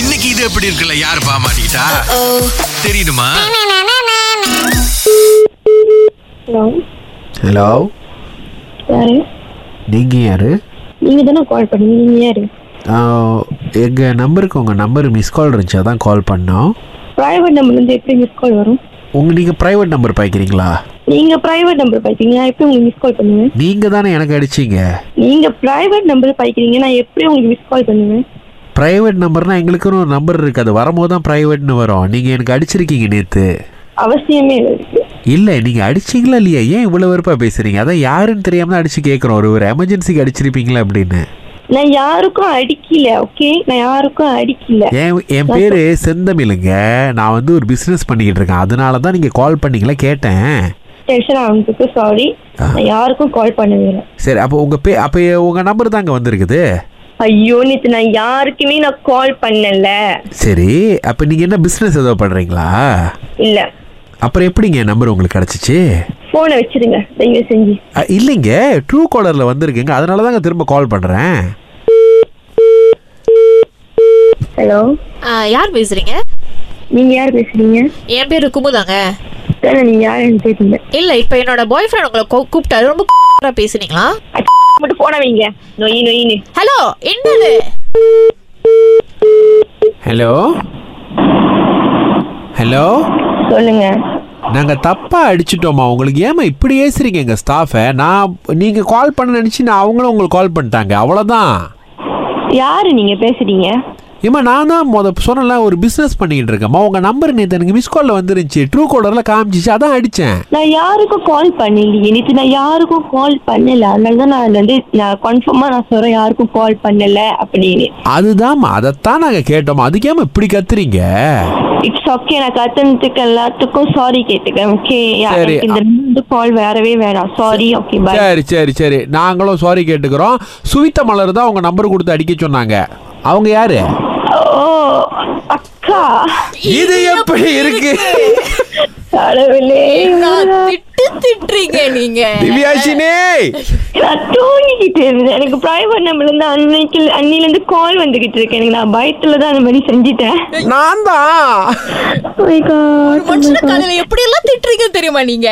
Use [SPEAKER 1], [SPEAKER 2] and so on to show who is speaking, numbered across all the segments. [SPEAKER 1] இன்னைக்கு இது எப்படி இருக்குல்ல யாரு பாமாட்டா தெரியுமா
[SPEAKER 2] ஹலோ
[SPEAKER 3] ஹலோ
[SPEAKER 2] யாரு
[SPEAKER 3] நீங்கள் யார்
[SPEAKER 2] நீங்க தானே கால் பண்ணீங்க நீங்க யாரு
[SPEAKER 3] எங்கள் நம்பருக்கு உங்கள் நம்பர் மிஸ் கால் இருந்துச்சு அதான் கால் பண்ணோம்
[SPEAKER 2] பிரைவேட் நம்பர்ல இருந்து எப்படி மிஸ் கால் வரும்
[SPEAKER 3] உங்கள் நீங்கள் ப்ரைவேட் நம்பர் பார்க்குறீங்களா
[SPEAKER 2] நீங்க பிரைவேட் நம்பர் பாய்க்கிறீங்க நான் எப்படி உங்களுக்கு மிஸ் கால் பண்ணுவேன்
[SPEAKER 3] நீங்கள் தானே எனக்கு அடிச்சீங்க
[SPEAKER 2] நீங்க பிரைவேட் நம்பர் பாய்க்கிறீங்க நான் எப்படி உங்களுக்கு மிஸ் கால் பண்ணுவேன்
[SPEAKER 3] ப்ரைவேட் நம்பர்னால் எங்களுக்குன்னு ஒரு நம்பர் இருக்குது அது வரும்போது தான் ப்ரைவேட்னு வரும் நீங்கள் எனக்கு அடிச்சிருக்கீங்க நேற்று
[SPEAKER 2] அவசியமே இல்லை இதுக்கு.
[SPEAKER 3] இல்லை நீங்கள் அடிச்சிங்களா இல்லையா ஏன் இவ்வளோ வெறுப்பாக பேசுகிறீங்க அதான் யாருன்னு தெரியாம தான் அடித்து கேட்குறோம் ஒரு ஒரு எமர்ஜென்சிக்கு அடிச்சிருப்பீங்களா அப்படின்னு
[SPEAKER 2] நான் யாருக்கும் அடிக்கல ஓகே நான் யாருக்கும் அடிக்கல
[SPEAKER 3] என் என் பேர் செந்தமிழுங்க நான் வந்து ஒரு பிஸ்னஸ் பண்ணிக்கிட்டு இருக்கேன் அதனால தான் நீங்கள் கால் பண்ணீங்களா கேட்டேன்
[SPEAKER 2] டென்ஷன் ஆகுறதுக்கு சாரி நான் யாருக்கும் கால் பண்ணவே இல்லை
[SPEAKER 3] சரி அப்போ உங்கள் பே அப்போ உங்கள் நம்பர் தாங்க வந்திருக்குது
[SPEAKER 2] ஐயோ நேத்து நான் யாருக்குமே நான் கால் பண்ணல
[SPEAKER 3] சரி அப்போ நீங்கள் என்ன பிஸ்னஸ் ஏதோ பண்ணுறீங்களா
[SPEAKER 2] இல்ல
[SPEAKER 3] அப்புறம் எப்படிங்க நம்பர் உங்களுக்கு கிடச்சிச்சு
[SPEAKER 2] போனை வச்சிருங்க தயவு செஞ்சு
[SPEAKER 3] அ, இல்லைங்க ட்ரூ காலரில் வந்திருக்குங்க அதனால தாங்க திரும்ப கால் பண்ணுறேன்
[SPEAKER 2] ஹலோ
[SPEAKER 4] ஆ, யார் பேசுறீங்க
[SPEAKER 2] நீங்க யார் பேசுறீங்க
[SPEAKER 4] என் பேரு குமுதாங்க
[SPEAKER 2] தெரியல நீங்க யாருன்னு தெரியல
[SPEAKER 4] இல்ல இப்ப என்னோட பாய் ஃப்ரெண்ட் உங்களை கூ- கூப்பிட்டாரு ரொம்ப கூப்பிட்டா பேசுனீங்களா
[SPEAKER 2] மட்டும் போன வைங்க நொய் நொயின்னு
[SPEAKER 4] ஹலோ என்னது
[SPEAKER 3] ஹலோ ஹலோ
[SPEAKER 2] சொல்லுங்க
[SPEAKER 3] நாங்கள் தப்பாக அடிச்சிட்டோமா உங்களுக்கு ஏமா இப்படி ஏசுறீங்க எங்கள் ஸ்டாஃபை நான் நீங்கள் கால் பண்ண நினச்சி நான் அவங்களும் உங்களுக்கு கால் பண்ணிட்டாங்க அவ்வளோதான்
[SPEAKER 2] யாரு நீங்க பேசுறீங்க
[SPEAKER 3] ஏம்மா நான் தான் முத சொன்னல ஒரு பிஸ்னஸ் பண்ணிக்கிட்டு இருக்கேம்மா உங்கள் நம்பர் நேற்று எனக்கு மிஸ் காலில் வந்துருந்துச்சு ட்ரூ காலரில் காமிச்சிச்சு அதான் அடித்தேன்
[SPEAKER 2] நான் யாருக்கும் கால் பண்ணலையே நேற்று நான் யாருக்கும் கால் பண்ணல அதனால தான் நான் வந்து நான் கன்ஃபார்மா நான் சொல்றேன் யாருக்கும் கால் பண்ணல அப்படின்னு
[SPEAKER 3] அதுதான்மா அதைத்தான் நாங்கள் கேட்டோம் அதுக்கேம்மா இப்படி கத்துறீங்க
[SPEAKER 2] இட்ஸ் ஓகே நான் கத்தனத்துக்கு எல்லாத்துக்கும் சாரி கேட்டுக்கிறேன் ஓகே
[SPEAKER 3] சரி.
[SPEAKER 2] இந்த ரெண்டு கால் வேறவே வேணாம் சாரி ஓகே பை
[SPEAKER 3] சரி சரி சரி நாங்களும் சாரி கேட்டுக்கிறோம் சுவித்த மலர் தான் உங்கள் நம்பர் கொடுத்து அடிக்க சொன்னாங்க அவங்க யாரு
[SPEAKER 2] ஓ அக்கா
[SPEAKER 3] இது எப்படி இருக்கு
[SPEAKER 2] கடவுளே
[SPEAKER 4] நான் திட்டு திட்டுறீங்க நீங்க
[SPEAKER 3] திவ்யாஷினே
[SPEAKER 2] நான் தூங்கிக்கிட்டு இருந்தேன் எனக்கு பிரைவேட் நம்பர்ல இருந்து அன்னைக்கு அன்னில இருந்து கால் வந்துகிட்டு இருக்கு எனக்கு நான் பயத்துல தான் அந்த மாதிரி செஞ்சிட்டேன்
[SPEAKER 3] நான் தான்
[SPEAKER 2] Oh my God.
[SPEAKER 4] மனுஷன காலையில எப்படி எல்லாம் திட்டுறீங்க தெரியுமா நீங்க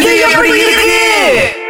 [SPEAKER 3] இது எப்படி இருக்கு